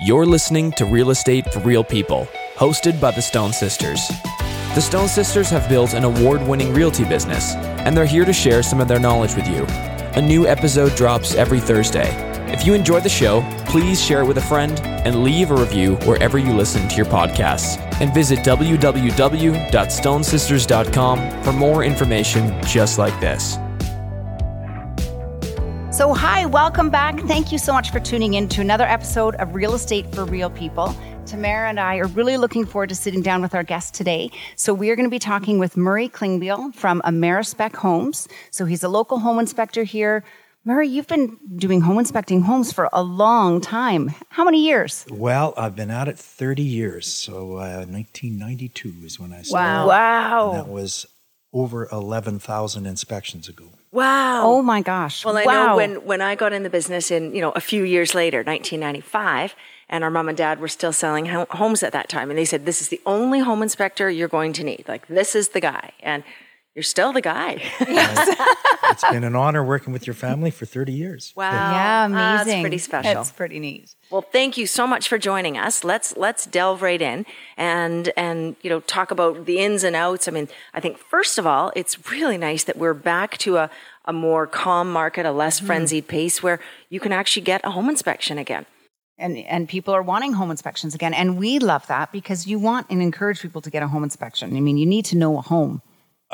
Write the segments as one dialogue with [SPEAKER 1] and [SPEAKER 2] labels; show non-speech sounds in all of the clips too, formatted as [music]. [SPEAKER 1] You're listening to Real Estate for Real People, hosted by the Stone Sisters. The Stone Sisters have built an award winning realty business, and they're here to share some of their knowledge with you. A new episode drops every Thursday. If you enjoy the show, please share it with a friend and leave a review wherever you listen to your podcasts. And visit www.stonesisters.com for more information just like this.
[SPEAKER 2] So, hi, welcome back. Thank you so much for tuning in to another episode of Real Estate for Real People. Tamara and I are really looking forward to sitting down with our guest today. So, we are going to be talking with Murray Klingbeil from Amerispec Homes. So, he's a local home inspector here. Murray, you've been doing home inspecting homes for a long time. How many years?
[SPEAKER 3] Well, I've been at it 30 years. So, uh, 1992 is when I started.
[SPEAKER 4] Wow.
[SPEAKER 2] Wow.
[SPEAKER 3] And that was over 11,000 inspections ago.
[SPEAKER 4] Wow.
[SPEAKER 2] oh my gosh.
[SPEAKER 4] Well, I
[SPEAKER 2] wow.
[SPEAKER 4] know when, when I got in the business in, you know, a few years later, 1995, and our mom and dad were still selling ho- homes at that time. And they said, this is the only home inspector you're going to need. Like, this is the guy. And you're still
[SPEAKER 2] [laughs]
[SPEAKER 4] the guy. [laughs]
[SPEAKER 3] It's been an honor working with your family for 30 years.
[SPEAKER 4] wow.
[SPEAKER 2] Yeah, amazing.
[SPEAKER 4] That's Ah, pretty special.
[SPEAKER 2] That's pretty neat.
[SPEAKER 4] Well, thank you so much for joining us. Let's let's delve right in and and you know talk about the ins and outs. I mean, I think first of all, it's really nice that we're back to a a more calm market, a less frenzied pace where you can actually get a home inspection again.
[SPEAKER 2] and and people are wanting home inspections again and we love that because you want and encourage people to get a home inspection i mean you need to know a home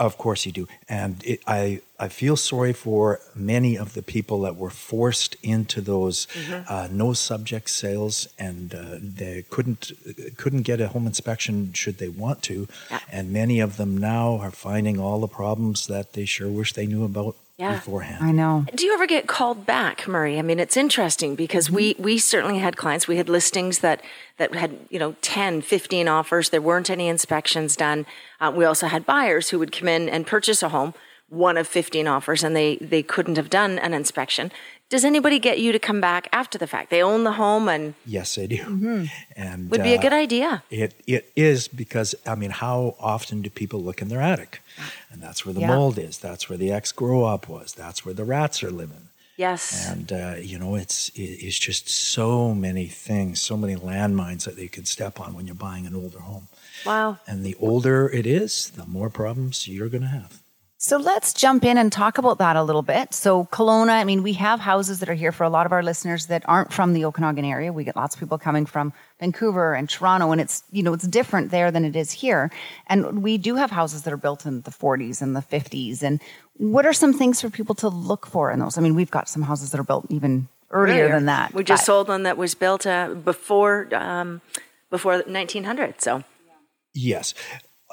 [SPEAKER 3] Of course you do. And it, I, I feel sorry for many of the people that were forced into those
[SPEAKER 4] Mm-hmm.
[SPEAKER 3] uh, no subject sales and uh, they couldn't couldn't get a home inspection should they want to. And many of them now are finding all the problems that they sure wish they knew about
[SPEAKER 4] Yeah.
[SPEAKER 3] beforehand.
[SPEAKER 2] i know
[SPEAKER 4] Do you ever get called back, Murray? I mean, it's interesting because we
[SPEAKER 2] Mm-hmm.
[SPEAKER 4] we certainly had clients, we had listings that that had, you know, 10, 15 offers, there weren't any inspections done. Uh, we also had buyers who would come in and purchase a home, one of 15 offers and they they couldn't have done an inspection. Does anybody get you to come back after the fact? They own the home and
[SPEAKER 3] Yes, they do. And
[SPEAKER 4] Mm-hmm. would be a
[SPEAKER 3] uh,
[SPEAKER 4] good idea.
[SPEAKER 3] It it is because I mean, how often do people look in their attic? And that's where the
[SPEAKER 2] Yeah.
[SPEAKER 3] mold is. That's where the ex grow up was. That's where the rats are living.
[SPEAKER 4] Yes.
[SPEAKER 3] And uh, you know, it's it, it's just so many things, so many landmines that they can step on when you're buying an older home.
[SPEAKER 4] Wow.
[SPEAKER 3] And the older it is, the more problems you're going to have.
[SPEAKER 2] so let's jump in and talk about that a little bit so Kelowna, i mean we have houses that are here for a lot of our listeners that aren't from the okanagan area we get lots of people coming from vancouver and toronto and it's you know it's different there than it is here and we do have houses that are built in the 40s and the 50s and what are some things for people to look for in those i mean we've got some houses that are built even earlier, than that
[SPEAKER 4] We just
[SPEAKER 2] but-
[SPEAKER 4] sold one that was built uh, before um, before 1900. So,
[SPEAKER 3] Yes.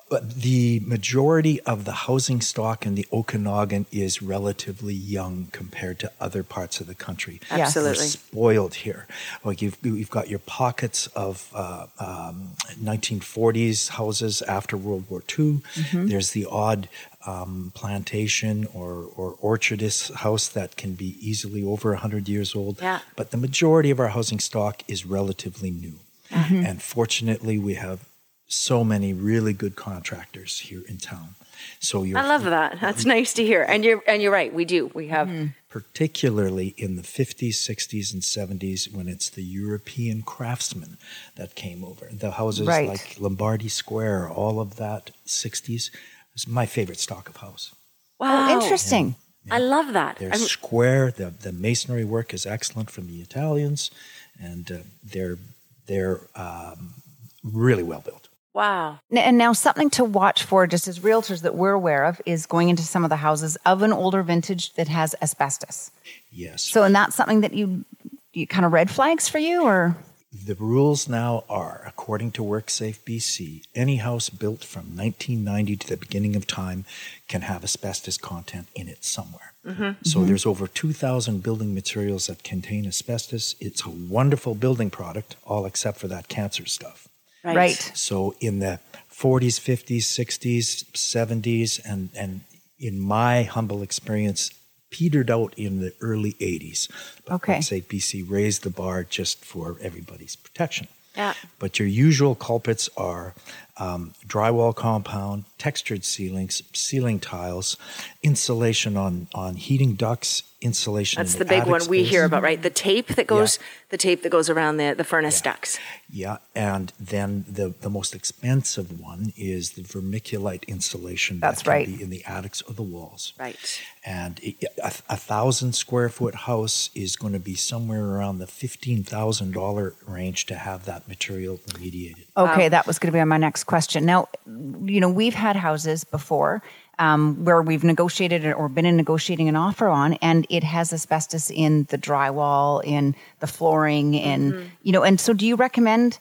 [SPEAKER 3] But the majority of the housing stock in the Okanagan is relatively young compared to other parts of the country.
[SPEAKER 2] Yes.
[SPEAKER 4] absolutely.
[SPEAKER 3] We're spoiled here. Like you've you've got your pockets of uh, um, 1940s houses after World War II.
[SPEAKER 4] Mm-hmm.
[SPEAKER 3] There's the odd um, plantation or or orchardist house that can be easily over 100 years old.
[SPEAKER 4] Yeah.
[SPEAKER 3] But the majority of our housing stock is relatively new,
[SPEAKER 4] Mm-hmm.
[SPEAKER 3] and fortunately, we have so many really good contractors here in town. So you're
[SPEAKER 4] I love that. That's nice to hear. And you're and you're right. We do. We have
[SPEAKER 2] Mm-hmm.
[SPEAKER 3] particularly in the 50s, 60s, and 70s when it's the European craftsmen that came over. The houses
[SPEAKER 2] Right.
[SPEAKER 3] like Lombardi Square, all of that 60s is my favorite stock of house.
[SPEAKER 4] wow.
[SPEAKER 2] Oh, Interesting.
[SPEAKER 4] I love that.
[SPEAKER 3] They're
[SPEAKER 4] I'm-
[SPEAKER 3] square, the, the masonry work is excellent from the Italians, and uh, they're, they're um, really well built.
[SPEAKER 4] wow.
[SPEAKER 2] N- And now, something to watch for, just as realtors that we're aware of, is going into some of the houses of an older vintage that has asbestos.
[SPEAKER 3] Yes.
[SPEAKER 2] So, and that's something that you, you kind of red flags for you, or
[SPEAKER 3] The rules now are, according to WorkSafe BC, any house built from 1990 to the beginning of time can have asbestos content in it somewhere. So there's over 2,000 building materials that contain asbestos. It's a wonderful building product, all except for that cancer stuff.
[SPEAKER 2] right?
[SPEAKER 3] So in the 40s, 50s, 60s, 70s, and, and in my humble experience, petered out in the early 80s. But
[SPEAKER 2] Okay.
[SPEAKER 3] Say BC raised the bar just for everybody's protection.
[SPEAKER 4] Yeah.
[SPEAKER 3] But your usual culprits are um, drywall compound, textured ceilings, ceiling tiles, insulation on, on heating ducts insulation.
[SPEAKER 4] That's
[SPEAKER 3] in
[SPEAKER 4] the, big
[SPEAKER 3] attic
[SPEAKER 4] one we
[SPEAKER 3] space.
[SPEAKER 4] hear about, right? The tape that goes, the tape that goes around the, the furnace ducts.
[SPEAKER 3] Yeah, and then the, the most expensive one is the vermiculite insulation
[SPEAKER 2] That's
[SPEAKER 3] that can
[SPEAKER 2] right.
[SPEAKER 3] be in the attics or the walls.
[SPEAKER 4] Right.
[SPEAKER 3] And it, a, a thousand square foot house is going to be somewhere around the fifteen thousand dollar range to have that material remediated.
[SPEAKER 2] Okay, that was going to be on my next question. Now, you know, we've had houses before um, where we've negotiated it or been in negotiating an offer on, and it has asbestos in the drywall, in the flooring, in you know. And so, do you recommend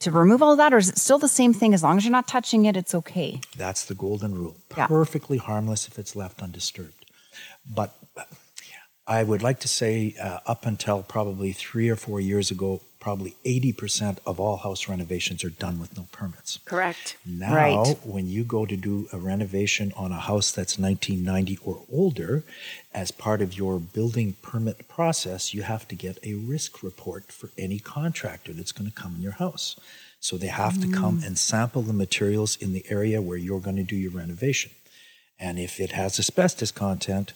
[SPEAKER 2] to remove all that, or is it still the same thing? As long as you're not touching it, it's okay.
[SPEAKER 3] That's the golden rule.
[SPEAKER 2] Yeah.
[SPEAKER 3] Perfectly harmless if it's left undisturbed. But I would like to say, uh, up until probably three or four years ago, probably 80% of all house renovations are done with no permits.
[SPEAKER 4] Correct.
[SPEAKER 3] Now,
[SPEAKER 2] Right.
[SPEAKER 3] when you go to do a renovation on a house that's 1990 or older, as part of your building permit process, you have to get a risk report for any contractor that's going to come in your house. So they have to come
[SPEAKER 2] Mm.
[SPEAKER 3] and sample the materials in the area where you're going to do your renovation. And if it has asbestos content,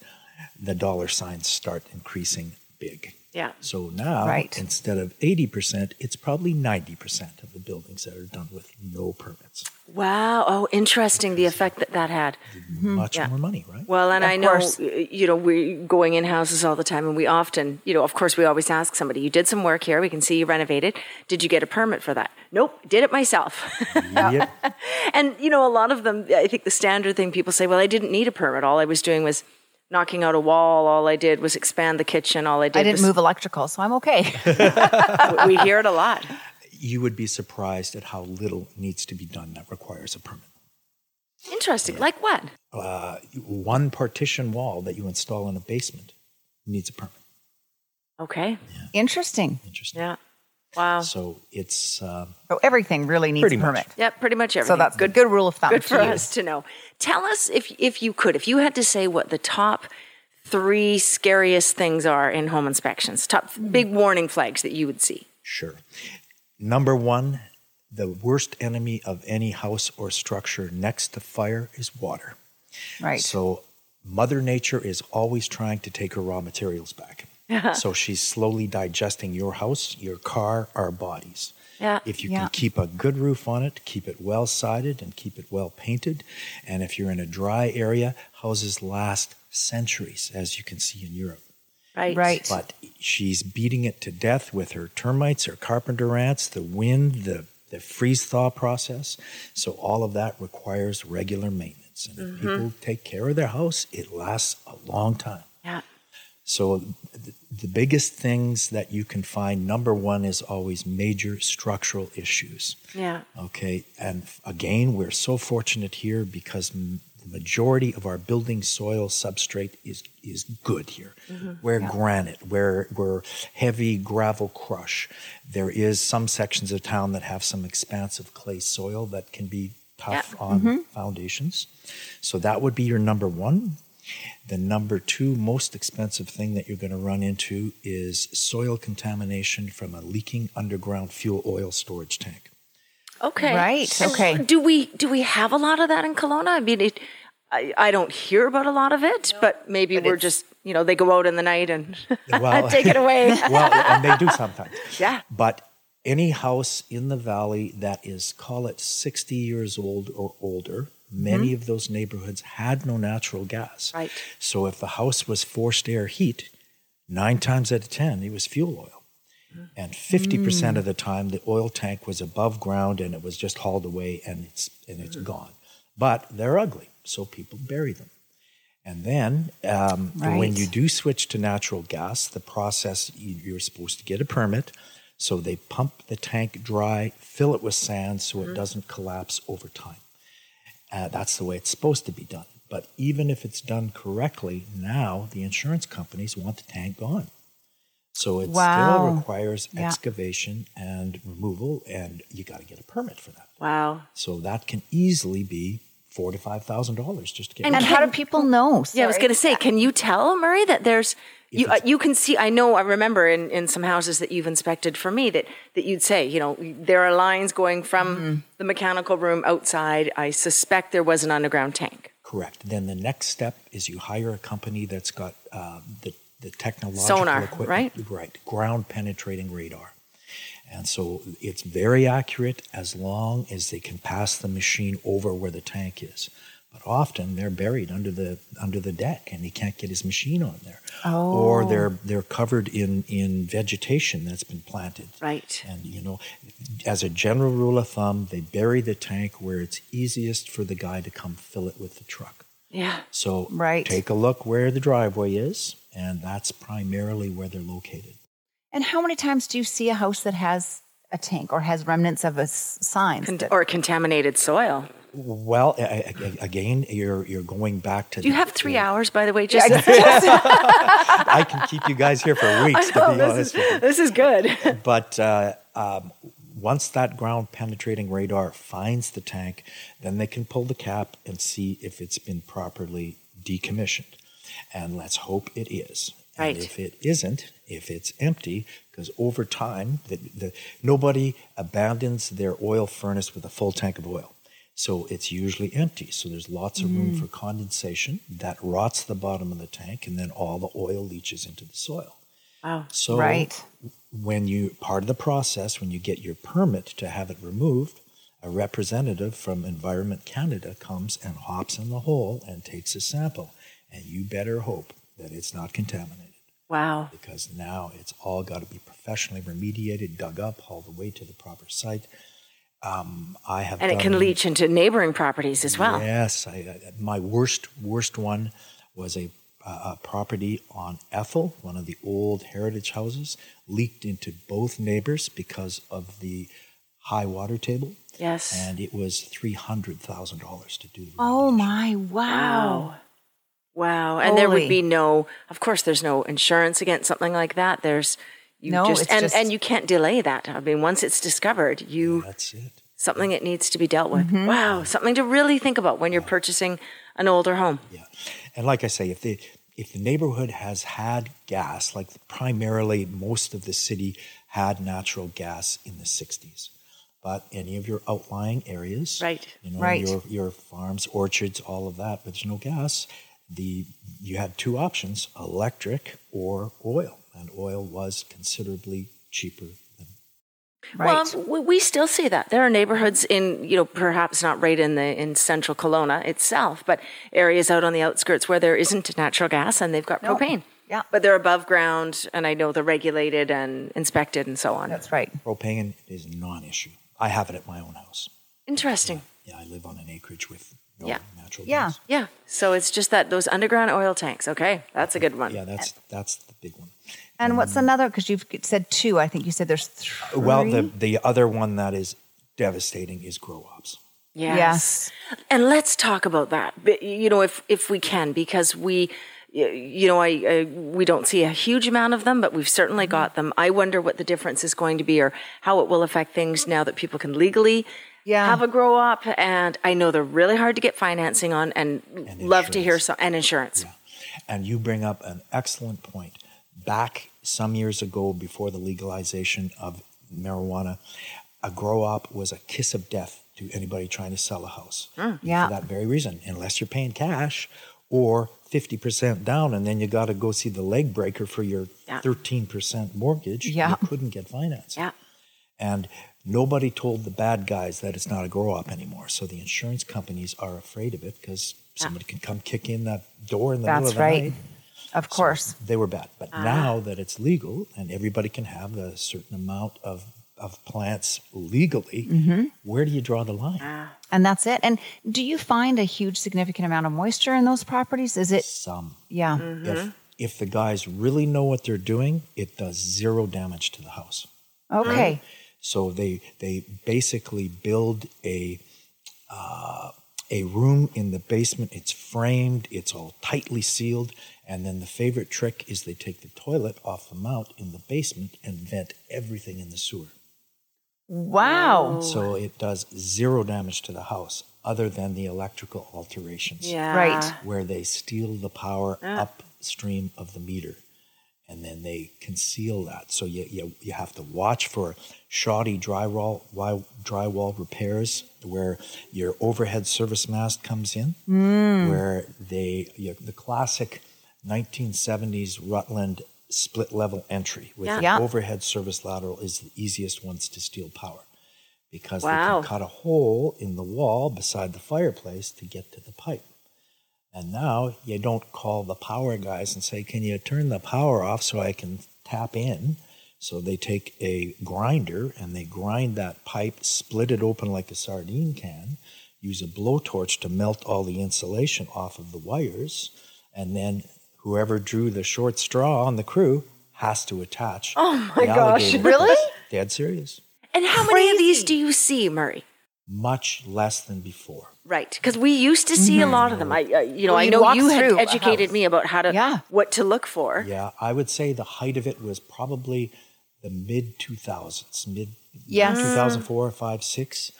[SPEAKER 3] the dollar signs start increasing big.
[SPEAKER 4] Yeah.
[SPEAKER 3] So now,
[SPEAKER 2] Right.
[SPEAKER 3] instead of 80%, it's probably 90% of the buildings that are done with no permits.
[SPEAKER 4] Wow. Oh, interesting. The effect that that had.
[SPEAKER 3] Much
[SPEAKER 4] Mm-hmm. Yeah.
[SPEAKER 3] more money,
[SPEAKER 4] [laughs]
[SPEAKER 3] right?
[SPEAKER 4] Well, and
[SPEAKER 2] Of
[SPEAKER 4] I know,
[SPEAKER 2] course.
[SPEAKER 4] y- you know, we're going in houses all the time and we often, you know, of course we always ask somebody, you did some work here. We can see you renovated. Did you get a permit for that? Nope. Did it myself.
[SPEAKER 3] Yep.
[SPEAKER 4] and, you know, a lot of them, I think the standard thing people say, well, I didn't need a permit. All I was doing was knocking out a wall. All I did was expand the kitchen. All I did
[SPEAKER 2] I didn't
[SPEAKER 4] was,
[SPEAKER 2] move electrical, so I'm okay.
[SPEAKER 4] [laughs]
[SPEAKER 2] [laughs]
[SPEAKER 4] we hear it a lot.
[SPEAKER 3] you would be surprised at how little needs to be done that requires a permit.
[SPEAKER 4] Interesting. Like what?
[SPEAKER 3] Uh, one partition wall that you install in a basement needs a permit.
[SPEAKER 4] Okay.
[SPEAKER 2] Interesting.
[SPEAKER 3] Interesting.
[SPEAKER 4] Yeah. Wow.
[SPEAKER 3] So it's um,
[SPEAKER 2] So everything really needs
[SPEAKER 3] Pretty
[SPEAKER 2] a
[SPEAKER 3] much.
[SPEAKER 2] permit.
[SPEAKER 4] Yeah, pretty much everything.
[SPEAKER 2] So that's good. Good rule of thumb.
[SPEAKER 4] good
[SPEAKER 2] to
[SPEAKER 4] for
[SPEAKER 2] use.
[SPEAKER 4] us to know. Tell us if if you could, if you had to say what the top three scariest things are in home inspections, top big warning flags that you would see.
[SPEAKER 3] sure. Number one, the worst enemy of any house or structure next to fire is water.
[SPEAKER 2] Right.
[SPEAKER 3] So Mother Nature is always trying to take her raw materials
[SPEAKER 4] [laughs]
[SPEAKER 3] back. so she's slowly digesting your house, your car, our bodies.
[SPEAKER 4] Yeah.
[SPEAKER 3] If you
[SPEAKER 2] Yeah.
[SPEAKER 3] can keep a good roof on it, keep it well sided and keep it well painted. And if you're in a dry area, houses last centuries, as you can see in Europe.
[SPEAKER 4] Right.
[SPEAKER 2] Right.
[SPEAKER 3] But she's beating it to death with her termites, her carpenter ants, the wind, the, the freeze thaw process. So all of that requires regular maintenance. And if people take care of their house, it lasts a long time.
[SPEAKER 4] Yeah.
[SPEAKER 3] So th- the biggest things that you can find, number one, is always major structural issues.
[SPEAKER 4] Yeah.
[SPEAKER 3] Okay, and f- again, we're so fortunate here because m- the majority of our building soil substrate is is good here. We're granite, we're we're heavy gravel crush. There is some sections of town that have some expansive clay soil that can be tough on foundations. So that would be your number one. The number two most expensive thing that you're going to run into is soil contamination from a leaking underground fuel oil storage tank.
[SPEAKER 4] Okay.
[SPEAKER 2] Right,
[SPEAKER 4] And
[SPEAKER 2] okay.
[SPEAKER 4] Do we do we have a lot of that in Kelowna? I mean, it, I I don't hear about a lot of it, but maybe we're just you know they go out in the night [laughs] and
[SPEAKER 3] Well-
[SPEAKER 4] take it [laughs] away.
[SPEAKER 3] [laughs] well, and they do sometimes.
[SPEAKER 4] Yeah.
[SPEAKER 3] But any house in the valley that is, call it 60 years old or older, many of those neighborhoods had no natural gas.
[SPEAKER 4] Mm-hmm. Right.
[SPEAKER 3] So if the house was forced air heat, nine times out of 10, it was fuel oil.
[SPEAKER 4] Mm.
[SPEAKER 3] And 50% of the time, the oil tank was above ground and it was just hauled away and it's, and it's
[SPEAKER 4] Mm.
[SPEAKER 3] gone. But they're ugly, so people bury them. And then um, when
[SPEAKER 2] Right.
[SPEAKER 3] you do switch to natural gas, the process you- you're supposed to get a permit. So they pump the tank dry, fill it with sand so
[SPEAKER 2] Mm-hmm.
[SPEAKER 3] it doesn't collapse over time. Uh, that's the way it's supposed to be done. But even if it's done correctly, now the insurance companies want the tank gone. So it
[SPEAKER 2] Wow.
[SPEAKER 3] still requires
[SPEAKER 2] Yeah.
[SPEAKER 3] excavation and removal, and you got to get a permit for that.
[SPEAKER 4] wow.
[SPEAKER 3] So that can easily be four to five thousand dollars just to get.
[SPEAKER 4] And
[SPEAKER 3] rid
[SPEAKER 2] And
[SPEAKER 3] of it.
[SPEAKER 2] how do people know?
[SPEAKER 4] Yeah, I was
[SPEAKER 2] Sorry.
[SPEAKER 4] going to say, can you tell Murray that there's you? Uh, you can see. I know. I remember in, in some houses that you've inspected for me that that you'd say, you know, there are lines going from the mechanical room outside. I suspect there was an underground tank.
[SPEAKER 3] Correct. Then the next step is you hire a company that's got uh, the the technological
[SPEAKER 4] Sonar,
[SPEAKER 3] equipment,
[SPEAKER 4] right?
[SPEAKER 3] Right, ground penetrating radar. And so it's very accurate as long as they can pass the machine over where the tank is. But often they're buried under the under the deck and he can't get his machine on there.
[SPEAKER 4] Oh.
[SPEAKER 3] Or they're they're covered in, in vegetation that's been planted.
[SPEAKER 4] Right.
[SPEAKER 3] And you know, as a general rule of thumb, they bury the tank where it's easiest for the guy to come fill it with the truck.
[SPEAKER 4] Yeah.
[SPEAKER 3] So
[SPEAKER 2] Right.
[SPEAKER 3] take a look where the driveway is, and that's primarily where they're located.
[SPEAKER 2] And how many times do you see a house that has a tank or has remnants of a s- signs?
[SPEAKER 4] Con-
[SPEAKER 2] that-
[SPEAKER 4] or contaminated soil.
[SPEAKER 3] Well, a- a- a- again, you're you're going back to.
[SPEAKER 4] Do you
[SPEAKER 3] the-
[SPEAKER 4] have three
[SPEAKER 3] the-
[SPEAKER 4] hours, by the way? Just [laughs]
[SPEAKER 3] I can keep you guys here for weeks, to be honest. with
[SPEAKER 4] this is good.
[SPEAKER 3] you. But uh, um, once that ground penetrating radar finds the tank, then they can pull the cap and see if it's been properly decommissioned, and let's hope it is.
[SPEAKER 4] Right.
[SPEAKER 3] And if it isn't, if it's empty, because over time, the, the, nobody abandons their oil furnace with a full tank of oil. So it's usually empty. So there's lots of room for condensation that rots the bottom of the tank, and then all the oil leaches into the soil.
[SPEAKER 4] [laughs] Wow.
[SPEAKER 3] So
[SPEAKER 2] Right.
[SPEAKER 3] when you part of the process, when you get your permit to have it removed, a representative from Environment Canada comes and hops in the hole and takes a sample. And you better hope that it's not contaminated
[SPEAKER 4] Wow.
[SPEAKER 3] because now it's all got to be professionally remediated, dug up all the way to the proper site. Um, I have
[SPEAKER 4] And it
[SPEAKER 3] done-
[SPEAKER 4] can leach into neighboring properties as well.
[SPEAKER 3] Yes, I, I, my worst worst one was a, uh, a property on Ethel, one of the old heritage houses, leaked into both neighbors because of the high water table,
[SPEAKER 4] Yes.
[SPEAKER 3] and it was three hundred thousand dollars to do. The
[SPEAKER 2] oh
[SPEAKER 3] remediation.
[SPEAKER 2] my, wow.
[SPEAKER 4] Wow. Wow. And there
[SPEAKER 2] Holy.
[SPEAKER 4] would be no, of course, there's no insurance against something like that. There's, you
[SPEAKER 2] No,
[SPEAKER 4] just,
[SPEAKER 2] it's
[SPEAKER 4] and,
[SPEAKER 2] just-
[SPEAKER 4] and you can't delay that. I mean, once it's discovered, you,
[SPEAKER 3] That's it.
[SPEAKER 4] something that needs to be dealt with. Wow. Something to really think about when you're purchasing an older home.
[SPEAKER 3] Yeah, and like I say, if the if the neighborhood has had gas, like primarily most of the city had natural gas in the '60s, but any of your outlying areas,
[SPEAKER 4] Right.
[SPEAKER 3] You know,
[SPEAKER 2] Right.
[SPEAKER 3] your your farms, orchards, all of that, but there's no gas. The you had two options: electric or oil, and oil was considerably cheaper. Than,
[SPEAKER 2] Right.
[SPEAKER 4] Well, um, we, we still see that. There are neighborhoods in, you know, perhaps not right in the in central Kelowna itself, but areas out on the outskirts where there isn't natural gas and they've got
[SPEAKER 2] No.
[SPEAKER 4] propane.
[SPEAKER 2] Yeah.
[SPEAKER 4] But they're above ground and I know they're regulated and inspected and so on.
[SPEAKER 2] That's right.
[SPEAKER 3] propane is non-issue. I have it at my own house.
[SPEAKER 4] Interesting.
[SPEAKER 3] Yeah, I live on an acreage with no
[SPEAKER 4] Yeah.
[SPEAKER 3] natural
[SPEAKER 2] Yeah.
[SPEAKER 3] gas.
[SPEAKER 4] Yeah. So it's just that those underground oil tanks. Okay. That's a good one.
[SPEAKER 3] Yeah, that's that's the big one.
[SPEAKER 2] And what's another? Because you've said two. I think you said there's three.
[SPEAKER 3] Mm. Well, the the other one that is devastating is grow ops.
[SPEAKER 4] Yes. And let's talk about that. But, You know, if if we can, because we, y- you know, I, I we don't see a huge amount of them, but we've certainly got them. I wonder what the difference is going to be, or how it will affect things now that people can legally.
[SPEAKER 2] Yeah.
[SPEAKER 4] Have a grow up, and I know they're really hard to get financing on, and, love to hear
[SPEAKER 3] insurance.
[SPEAKER 4] some and insurance.
[SPEAKER 3] And you bring up an excellent point. Back some years ago, before the legalization of marijuana, a grow op was a kiss of death to anybody trying to sell a house.
[SPEAKER 2] yeah.
[SPEAKER 3] For that very reason, unless you're paying cash or 50% down, and then you got to go see the leg breaker for your
[SPEAKER 4] Yeah.
[SPEAKER 3] 13% mortgage,
[SPEAKER 2] Yeah.
[SPEAKER 3] you couldn't get financed.
[SPEAKER 4] Yeah.
[SPEAKER 3] And nobody told the bad guys that it's not a grow up anymore. So the insurance companies are afraid of it because somebody can come kick in that door in the middle
[SPEAKER 2] That's
[SPEAKER 3] of the
[SPEAKER 2] right.
[SPEAKER 3] night.
[SPEAKER 2] Of course. Uh-huh.
[SPEAKER 3] They were bad. But now that it's legal and everybody can have a certain amount of, of plants legally,
[SPEAKER 2] Mm-hmm.
[SPEAKER 3] where do you draw the line?
[SPEAKER 2] And that's it. And do you find a huge significant amount of moisture in those properties? Is it?
[SPEAKER 3] Some.
[SPEAKER 2] Yeah.
[SPEAKER 3] If, if the guys really know what they're doing, it does zero damage to the house.
[SPEAKER 4] Mm-hmm.
[SPEAKER 2] Okay.
[SPEAKER 3] So they they basically build a uh, a room in the basement. It's framed. It's all tightly sealed. And then the favorite trick is they take the toilet off the mount in the basement and vent everything in the sewer.
[SPEAKER 4] Oh.
[SPEAKER 2] Wow.
[SPEAKER 3] So it does zero damage to the house, other than the electrical alterations
[SPEAKER 4] Yeah.
[SPEAKER 2] Right.
[SPEAKER 3] where they steal the power upstream of the meter and then they conceal that. So you, you, you have to watch for shoddy drywall, wi- drywall repairs where
[SPEAKER 4] Mm.
[SPEAKER 3] your overhead service mast comes in, where they, you the classic 1970s Rutland split level entry with
[SPEAKER 4] Yeah.
[SPEAKER 3] the
[SPEAKER 2] Yeah.
[SPEAKER 3] overhead service lateral is the easiest ones to steal power because
[SPEAKER 4] Wow.
[SPEAKER 3] they can cut a hole in the wall beside the fireplace to get to the pipe. And now you don't call the power guys and say, "Can you turn the power off so I can tap in?" So they take a grinder and they grind that pipe, split it open like a sardine can, use a blowtorch to melt all the insulation off of the wires, and then whoever drew the short straw on the crew has to attach. Oh my gosh!
[SPEAKER 2] Really?
[SPEAKER 3] Dead serious.
[SPEAKER 4] And how many of these do you see, Murray?
[SPEAKER 3] Much less than before.
[SPEAKER 4] Right, because we used to see a lot of them. I, uh, you know,
[SPEAKER 2] Well,
[SPEAKER 4] I
[SPEAKER 2] you'd
[SPEAKER 4] know
[SPEAKER 2] walk
[SPEAKER 4] you had
[SPEAKER 2] through a
[SPEAKER 4] educated
[SPEAKER 2] house.
[SPEAKER 4] me about how to,
[SPEAKER 2] Yeah.
[SPEAKER 4] what to look for.
[SPEAKER 3] Yeah, I would say the height of it was probably the mid 2000s, mid
[SPEAKER 2] Yes.
[SPEAKER 3] 2004, 5, 6.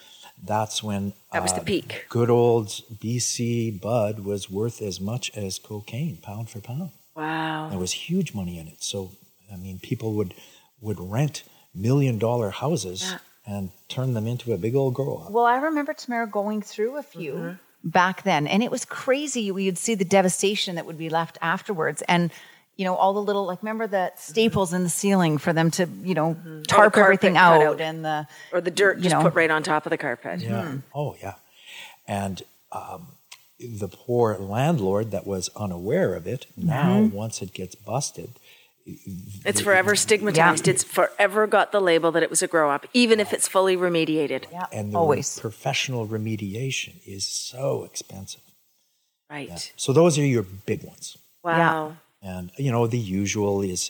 [SPEAKER 3] That's when uh,
[SPEAKER 4] That was the peak.
[SPEAKER 3] Good old BC bud was worth as much as cocaine, pound for pound.
[SPEAKER 4] Wow.
[SPEAKER 3] There was huge money in it. So I mean, people would would rent million dollar houses and turn them into a big old grow up.
[SPEAKER 2] Well, I remember Tamara going through a few
[SPEAKER 4] Mm-hmm.
[SPEAKER 2] back then, and it was crazy. We would see the devastation that would be left afterwards, and you know all the little like remember the
[SPEAKER 4] Mm-hmm.
[SPEAKER 2] staples in the ceiling for them to you know tarp
[SPEAKER 4] carpet
[SPEAKER 2] everything out,
[SPEAKER 4] cut out.
[SPEAKER 2] and the
[SPEAKER 4] Or the dirt
[SPEAKER 2] You
[SPEAKER 4] just
[SPEAKER 2] know.
[SPEAKER 4] put right on top of the carpet.
[SPEAKER 3] Yeah. Oh yeah. And um, the poor landlord that was unaware of it now, once it gets busted,
[SPEAKER 4] It's forever stigmatized. It's forever got the label that it was a grow up, even if it's fully remediated.
[SPEAKER 2] yeah,
[SPEAKER 3] and the
[SPEAKER 2] always
[SPEAKER 3] professional remediation is so expensive.
[SPEAKER 4] Right.
[SPEAKER 3] So those are your big ones.
[SPEAKER 4] Wow.
[SPEAKER 3] and you know the usual is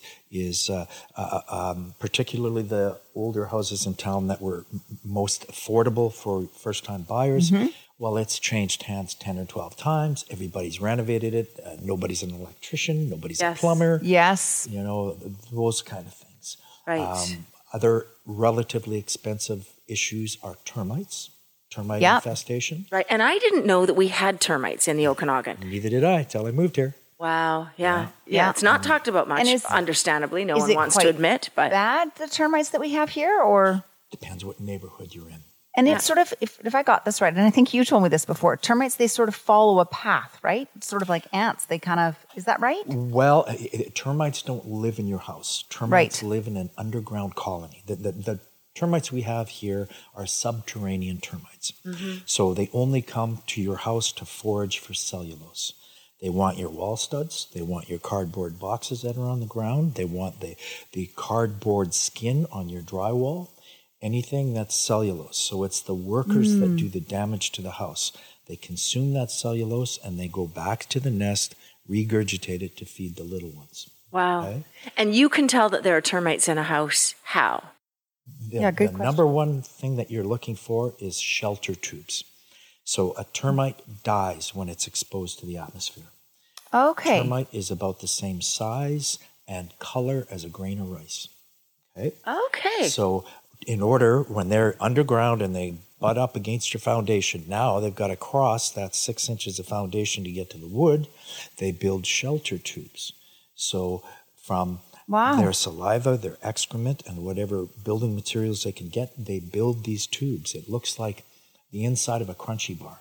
[SPEAKER 3] is uh, uh, um, particularly the older houses in town that were m- most affordable for first time buyers.
[SPEAKER 4] Mm-hmm.
[SPEAKER 3] Well, it's changed hands ten or twelve times. Everybody's renovated it. Uh, nobody's an electrician. Nobody's
[SPEAKER 4] Yes.
[SPEAKER 3] a plumber.
[SPEAKER 2] yes,
[SPEAKER 3] You know th- those kind of things.
[SPEAKER 4] Right.
[SPEAKER 3] Um, other relatively expensive issues are termites, termite
[SPEAKER 2] Yeah.
[SPEAKER 3] infestation.
[SPEAKER 4] Right. And I didn't know that we had termites in the Okanagan.
[SPEAKER 3] Neither did I till I moved here.
[SPEAKER 4] Wow. Yeah. Yeah.
[SPEAKER 2] Yeah.
[SPEAKER 4] It's not
[SPEAKER 3] Mm-hmm.
[SPEAKER 4] talked about much,
[SPEAKER 2] And is-
[SPEAKER 4] understandably. No
[SPEAKER 2] is
[SPEAKER 4] one
[SPEAKER 2] it
[SPEAKER 4] wants to
[SPEAKER 2] quite
[SPEAKER 4] admit, but
[SPEAKER 2] bad the termites that we have here, or
[SPEAKER 3] Depends what neighborhood you're in.
[SPEAKER 2] and it's sort of if, if I got this right, and I think you told me this before, termites they sort of follow a path, right? Sort of like ants, they kind of is that right?
[SPEAKER 3] Well, i- i- termites don't live in your house. Termites
[SPEAKER 2] Right.
[SPEAKER 3] live in an underground colony. The, the, the termites we have here are subterranean termites. So they only come to your house to forage for cellulose. They want your wall studs. They want your cardboard boxes that are on the ground. They want the, the cardboard skin on your drywall. Anything that's cellulose. So it's the workers that do the damage to the house. They consume that cellulose and they go back to the nest, regurgitate it to feed the little ones.
[SPEAKER 2] Oh.
[SPEAKER 4] wow.
[SPEAKER 3] Okay.
[SPEAKER 4] And you can tell that there are termites in a house. How?
[SPEAKER 3] The,
[SPEAKER 2] Yeah, good
[SPEAKER 3] the
[SPEAKER 2] question.
[SPEAKER 3] number one thing that you're looking for is shelter tubes. So a termite dies when it's exposed to the atmosphere.
[SPEAKER 2] Okay,
[SPEAKER 3] Termite is about the same size and color as a grain of rice. Okay.
[SPEAKER 4] Okay.
[SPEAKER 3] So, in order, when they're underground and they butt up against your foundation, now they've got to cross that six inches of foundation to get to the wood. They build shelter tubes. So, from
[SPEAKER 2] Wow.
[SPEAKER 3] their saliva, their excrement, and whatever building materials they can get, they build these tubes. It looks like the inside of a crunchy bar.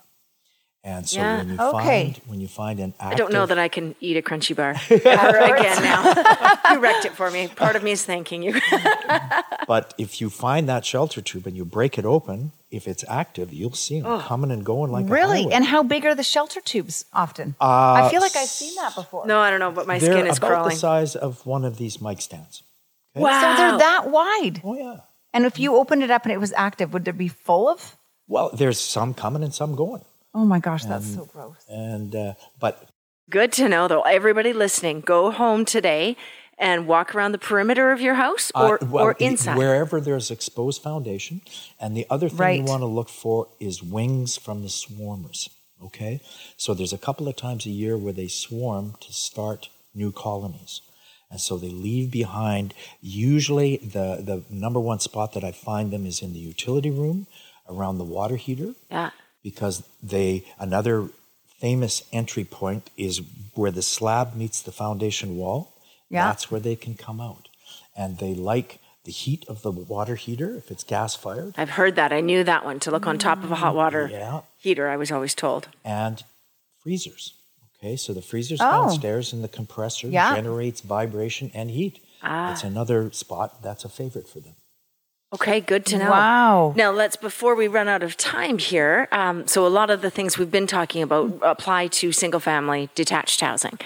[SPEAKER 3] And so
[SPEAKER 4] Yeah,
[SPEAKER 3] when you
[SPEAKER 2] okay.
[SPEAKER 3] find when you find an active
[SPEAKER 4] I don't know that I can eat a crunchy
[SPEAKER 3] [laughs]
[SPEAKER 4] bar ever again now. you wrecked it for me. Part of me is thanking you. [laughs]
[SPEAKER 3] But if you find that shelter tube and you break it open, if it's active, you'll see them coming and going like oh. a
[SPEAKER 2] Really?
[SPEAKER 3] highway.
[SPEAKER 2] And how big are the shelter tubes often? I feel like I've seen that before.
[SPEAKER 4] No, I don't know, but my
[SPEAKER 3] they're
[SPEAKER 4] skin is
[SPEAKER 3] about the
[SPEAKER 4] crawling.
[SPEAKER 3] size of one of these mic stands.
[SPEAKER 2] So
[SPEAKER 4] Wow.
[SPEAKER 2] they're that wide.
[SPEAKER 3] Oh yeah.
[SPEAKER 2] And if you opened it up and it was active, would there be full of?
[SPEAKER 3] Well, there's some coming and some going,
[SPEAKER 2] Oh my gosh, that's so gross.
[SPEAKER 3] and uh, but
[SPEAKER 4] Good to know, though. Everybody listening, go home today and walk around the perimeter of your house
[SPEAKER 3] uh,
[SPEAKER 4] or,
[SPEAKER 3] well,
[SPEAKER 4] or
[SPEAKER 3] the-
[SPEAKER 4] inside.
[SPEAKER 3] wherever there's exposed foundation. And the other thing
[SPEAKER 2] Right.
[SPEAKER 3] you want to look for is wings from the swarmers. Okay, so there's a couple of times a year where they swarm to start new colonies. And so they leave behind. Usually, the, the number one spot that I find them is in the utility room around the water heater.
[SPEAKER 4] yeah.
[SPEAKER 3] because they another famous entry point is where the slab meets the foundation wall.
[SPEAKER 2] Yeah.
[SPEAKER 3] That's where they can come out. And they like the heat of the water heater if it's gas fired.
[SPEAKER 4] I've heard that. I knew that one to look on top of a hot water
[SPEAKER 3] Yeah.
[SPEAKER 4] heater, I was always told.
[SPEAKER 3] And freezers. Okay, so the freezer's
[SPEAKER 2] Oh.
[SPEAKER 3] downstairs and the compressor
[SPEAKER 2] Yeah.
[SPEAKER 3] generates vibration and heat.
[SPEAKER 4] Ah,
[SPEAKER 3] That's another spot that's a favorite for them.
[SPEAKER 4] Okay, good to know.
[SPEAKER 2] Wow.
[SPEAKER 4] Now let's before we run out of time here. Um, so a lot of the things we've been talking about apply to single family detached housing.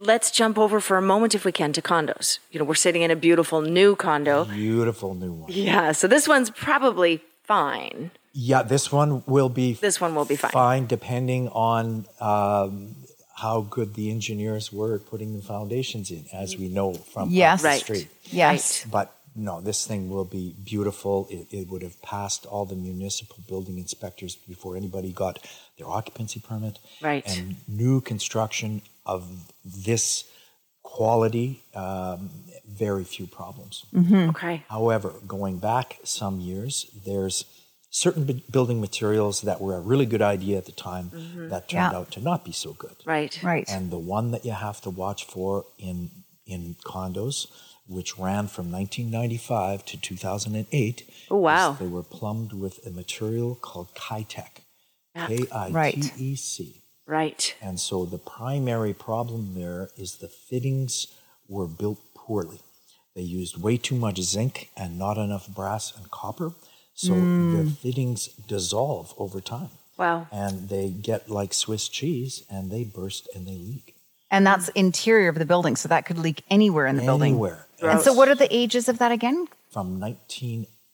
[SPEAKER 4] Let's jump over for a moment, if we can, to condos. You know, we're sitting in a beautiful new
[SPEAKER 3] Mm.
[SPEAKER 4] condo.
[SPEAKER 3] Beautiful new one.
[SPEAKER 4] Yeah, so this one's probably fine.
[SPEAKER 3] Yeah, this one will be
[SPEAKER 4] This one will be fine.
[SPEAKER 3] fine depending on um, how good the engineers were at putting the foundations in, as we know from
[SPEAKER 2] Yes.
[SPEAKER 3] the
[SPEAKER 4] Right.
[SPEAKER 3] street.
[SPEAKER 2] Yes.
[SPEAKER 3] But no, this thing will be beautiful. It, it would have passed all the municipal building inspectors before anybody got their occupancy permit.
[SPEAKER 4] Right.
[SPEAKER 3] And new construction of this quality, um, very few problems.
[SPEAKER 4] Okay.
[SPEAKER 3] However, going back some years, there's certain bu- building materials that were a really good idea at the time that turned
[SPEAKER 2] Yeah.
[SPEAKER 3] out to not be so good.
[SPEAKER 4] Right.
[SPEAKER 2] Right.
[SPEAKER 3] And the one that you have to watch for in in condos, which ran from 1995 to 2008,
[SPEAKER 4] Oh, wow.
[SPEAKER 3] is they were plumbed with a material called Kitec,
[SPEAKER 4] Yeah.
[SPEAKER 3] K I T E C.
[SPEAKER 4] Right.
[SPEAKER 3] And so the primary problem there is the fittings were built poorly. They used way too much zinc and not enough brass and copper. So the fittings dissolve over time
[SPEAKER 4] Wow.
[SPEAKER 3] and they get like Swiss cheese and they burst and they leak
[SPEAKER 2] And that's interior of the building, so that could leak anywhere in the building.
[SPEAKER 3] anywhere.
[SPEAKER 2] And so, what are the ages of that again?
[SPEAKER 3] From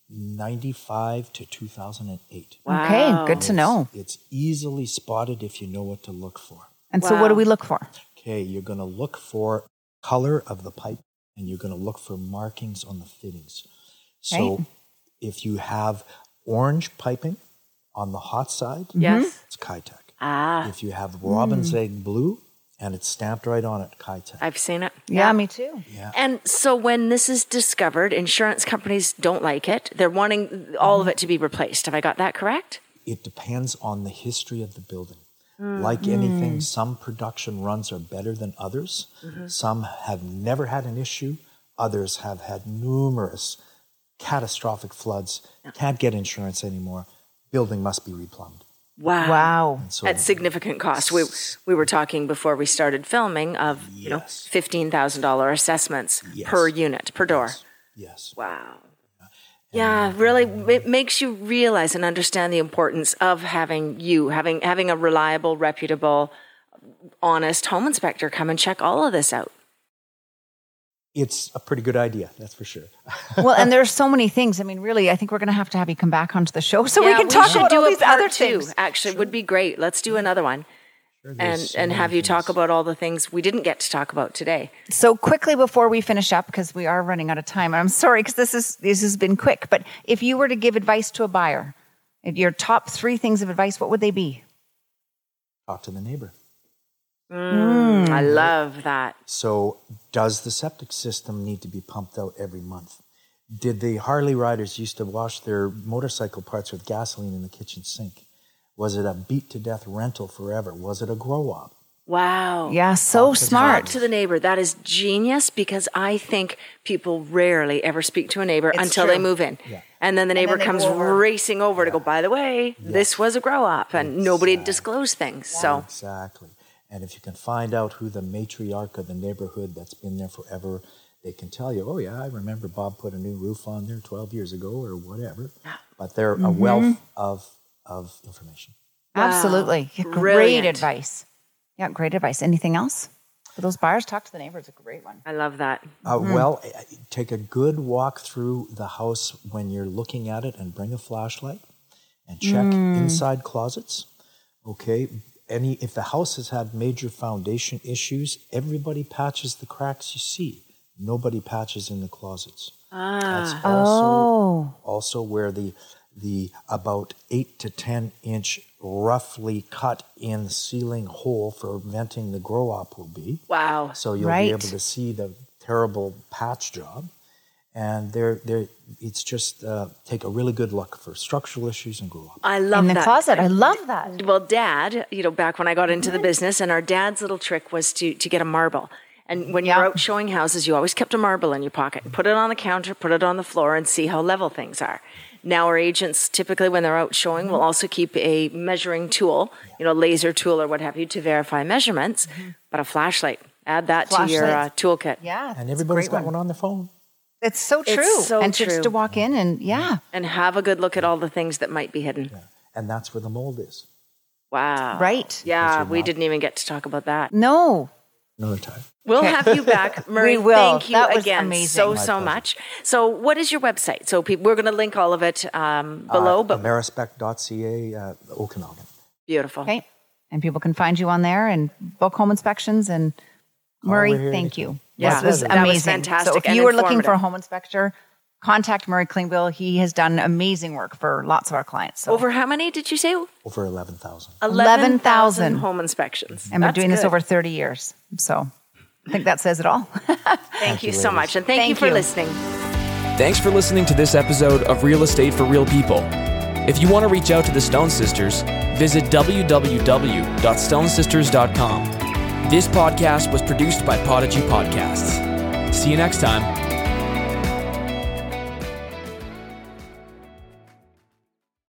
[SPEAKER 3] 1995 to 2008.
[SPEAKER 4] Wow.
[SPEAKER 2] Okay, good to know.
[SPEAKER 3] It's easily spotted if you know what to look for.
[SPEAKER 2] And so, what do
[SPEAKER 4] Wow.
[SPEAKER 2] we look for?
[SPEAKER 3] Okay, you're going to look for color of the pipe and you're going to look for markings on the fittings. So
[SPEAKER 2] Right.
[SPEAKER 3] if you have orange piping on the hot side,
[SPEAKER 4] Yes.
[SPEAKER 3] it's Kitec.
[SPEAKER 4] Ah,
[SPEAKER 3] If you have robin's
[SPEAKER 2] Mm.
[SPEAKER 3] egg blue and it's stamped right on it, Kitec.
[SPEAKER 4] I've seen it.
[SPEAKER 2] Yeah, me too.
[SPEAKER 4] And so when this is discovered, insurance companies don't like it. They're wanting all of it to be replaced. Have I got that correct?
[SPEAKER 3] It depends on the history of the building.
[SPEAKER 4] Mm,
[SPEAKER 3] Like anything, some production runs are better than others.
[SPEAKER 4] Mm-hmm.
[SPEAKER 3] Some have never had an issue, others have had numerous catastrophic floods, can't get insurance anymore, building must be replumbed.
[SPEAKER 4] Wow.
[SPEAKER 2] Wow.
[SPEAKER 3] So
[SPEAKER 4] At significant cost. We we were talking before we started filming of, you know,
[SPEAKER 3] Yes.
[SPEAKER 4] $15,000 assessments
[SPEAKER 3] Yes.
[SPEAKER 4] per unit, per door.
[SPEAKER 3] yes.
[SPEAKER 4] Wow. Yeah, really, it makes you realize and understand the importance of having you having having a reliable, reputable, honest home inspector come and check all of this out.
[SPEAKER 3] It's a pretty good idea, that's for sure.
[SPEAKER 2] well, and there's so many things. I mean, really, I think we're going to have to have you come back onto the show so we
[SPEAKER 4] Yeah,
[SPEAKER 2] can talk
[SPEAKER 4] should
[SPEAKER 2] about
[SPEAKER 4] do
[SPEAKER 2] all
[SPEAKER 4] a
[SPEAKER 2] these
[SPEAKER 4] part
[SPEAKER 2] other
[SPEAKER 4] two,
[SPEAKER 2] things.
[SPEAKER 4] Actually, would be great. Let's do another one
[SPEAKER 3] Sure,
[SPEAKER 4] and
[SPEAKER 3] there's so
[SPEAKER 4] and
[SPEAKER 3] many
[SPEAKER 4] have you talk
[SPEAKER 3] things.
[SPEAKER 4] about all the things we didn't get to talk about today.
[SPEAKER 2] So quickly before we finish up, because we are running out of time, and I'm sorry because this is this has been quick. But if you were to give advice to a buyer, if your top three things of advice, what would they be?
[SPEAKER 3] talk to the neighbor.
[SPEAKER 4] Mm, I love that.
[SPEAKER 3] So, does the septic system need to be pumped out every month? Did the Harley riders used to wash their motorcycle parts with gasoline in the kitchen sink? Was it a beat to death rental forever? Was it a grow up?
[SPEAKER 4] Wow.
[SPEAKER 2] Yeah, so
[SPEAKER 4] Talk
[SPEAKER 2] smart.
[SPEAKER 4] to Oh, the neighbor. That is genius because I think people rarely ever speak to a neighbor
[SPEAKER 2] It's
[SPEAKER 4] until
[SPEAKER 2] true.
[SPEAKER 4] they move in. And then the
[SPEAKER 2] then
[SPEAKER 4] neighbor
[SPEAKER 2] they
[SPEAKER 4] comes
[SPEAKER 2] go over.
[SPEAKER 4] racing over to go, by the way, this was a grow up and nobody had disclosed things. So
[SPEAKER 3] Exactly. And if you can find out who the matriarch of the neighborhood that's been there forever, they can tell you, oh, yeah, I remember Bob put a new roof on there 12 years ago or whatever. But they're a wealth of, of information.
[SPEAKER 2] Absolutely, Yeah, great
[SPEAKER 4] Brilliant.
[SPEAKER 2] advice. Yeah, great advice. Anything else for those buyers? Talk to the neighbor is a great one.
[SPEAKER 4] I love that.
[SPEAKER 3] Uh, Well, uh, take a good walk through the house when you're looking at it and bring a flashlight and check inside closets. Okay. Any if the house has had major foundation issues, everybody patches the cracks you see. Nobody patches in the closets. That's also
[SPEAKER 2] Ah. Oh,
[SPEAKER 3] also where the the about eight to ten inch roughly cut in ceiling hole for venting the grow up will be.
[SPEAKER 4] Wow.
[SPEAKER 3] So you'll
[SPEAKER 2] Right.
[SPEAKER 3] be able to see the terrible patch job. And there, there, it's just uh, take a really good look for structural issues and grow up.
[SPEAKER 4] I love
[SPEAKER 2] Oh, in the
[SPEAKER 4] that.
[SPEAKER 2] closet. I love that.
[SPEAKER 4] Well, dad, you know, back when I got into the business, and our dad's little trick was to to get a marble. And when
[SPEAKER 2] Yeah.
[SPEAKER 4] you're out showing houses, you always kept a marble in your pocket. Put it on the counter, put it on the floor, and see how level things are. Now our agents typically when they're out showing will also keep a measuring tool, you know, laser tool or what have you to verify measurements, but a flashlight. Add that to your uh,
[SPEAKER 2] Mm-hmm. Flashlight.
[SPEAKER 4] toolkit.
[SPEAKER 2] Yeah.
[SPEAKER 5] And
[SPEAKER 2] it's a
[SPEAKER 5] everybody's
[SPEAKER 2] great
[SPEAKER 5] got one on their phone.
[SPEAKER 2] It's so true.
[SPEAKER 4] so
[SPEAKER 2] and just
[SPEAKER 4] true.
[SPEAKER 2] to walk in and yeah.
[SPEAKER 4] And have a good look at all the things that might be hidden.
[SPEAKER 5] And that's where the mold is.
[SPEAKER 4] Wow.
[SPEAKER 2] Right.
[SPEAKER 4] Yeah, we didn't even get to talk about that.
[SPEAKER 2] No.
[SPEAKER 5] Another time.
[SPEAKER 4] We'll have you back,
[SPEAKER 2] [laughs]
[SPEAKER 4] Murray.
[SPEAKER 2] We will.
[SPEAKER 4] Thank you
[SPEAKER 2] That was
[SPEAKER 4] again
[SPEAKER 2] amazing.
[SPEAKER 4] so
[SPEAKER 2] My
[SPEAKER 4] so much. So, what is your website? So, people, we're going to link all of it um, below.
[SPEAKER 5] Uh,
[SPEAKER 4] but
[SPEAKER 5] Amerispec.ca, uh, Okanagan.
[SPEAKER 4] beautiful.
[SPEAKER 2] Okay. And people can find you on there and book home inspections and Murray,
[SPEAKER 5] we're here
[SPEAKER 2] thank
[SPEAKER 5] anytime.
[SPEAKER 2] you.
[SPEAKER 4] Yeah,
[SPEAKER 2] this was
[SPEAKER 4] that
[SPEAKER 2] amazing.
[SPEAKER 4] was fantastic
[SPEAKER 2] So if
[SPEAKER 4] and
[SPEAKER 2] you were looking for a
[SPEAKER 4] informative.
[SPEAKER 2] home inspector, contact Murray Klingbill. He has done amazing work for lots of our clients. So
[SPEAKER 4] Over how many did you say?
[SPEAKER 5] Over 11,000.
[SPEAKER 4] Eleven
[SPEAKER 2] 11,000.
[SPEAKER 4] thousand home inspections.
[SPEAKER 2] and we're
[SPEAKER 4] That's
[SPEAKER 2] doing this
[SPEAKER 4] good.
[SPEAKER 2] over 30 years. So I think that says it all. [laughs]
[SPEAKER 4] Thank you so much, and thank, you
[SPEAKER 2] Thank
[SPEAKER 4] for
[SPEAKER 2] you.
[SPEAKER 4] listening.
[SPEAKER 1] Thanks for listening to this episode of Real Estate for Real People. If you want to reach out to the Stone Sisters, visit www.stonesisters.com. This podcast was produced by Podigy Podcasts. See you next time.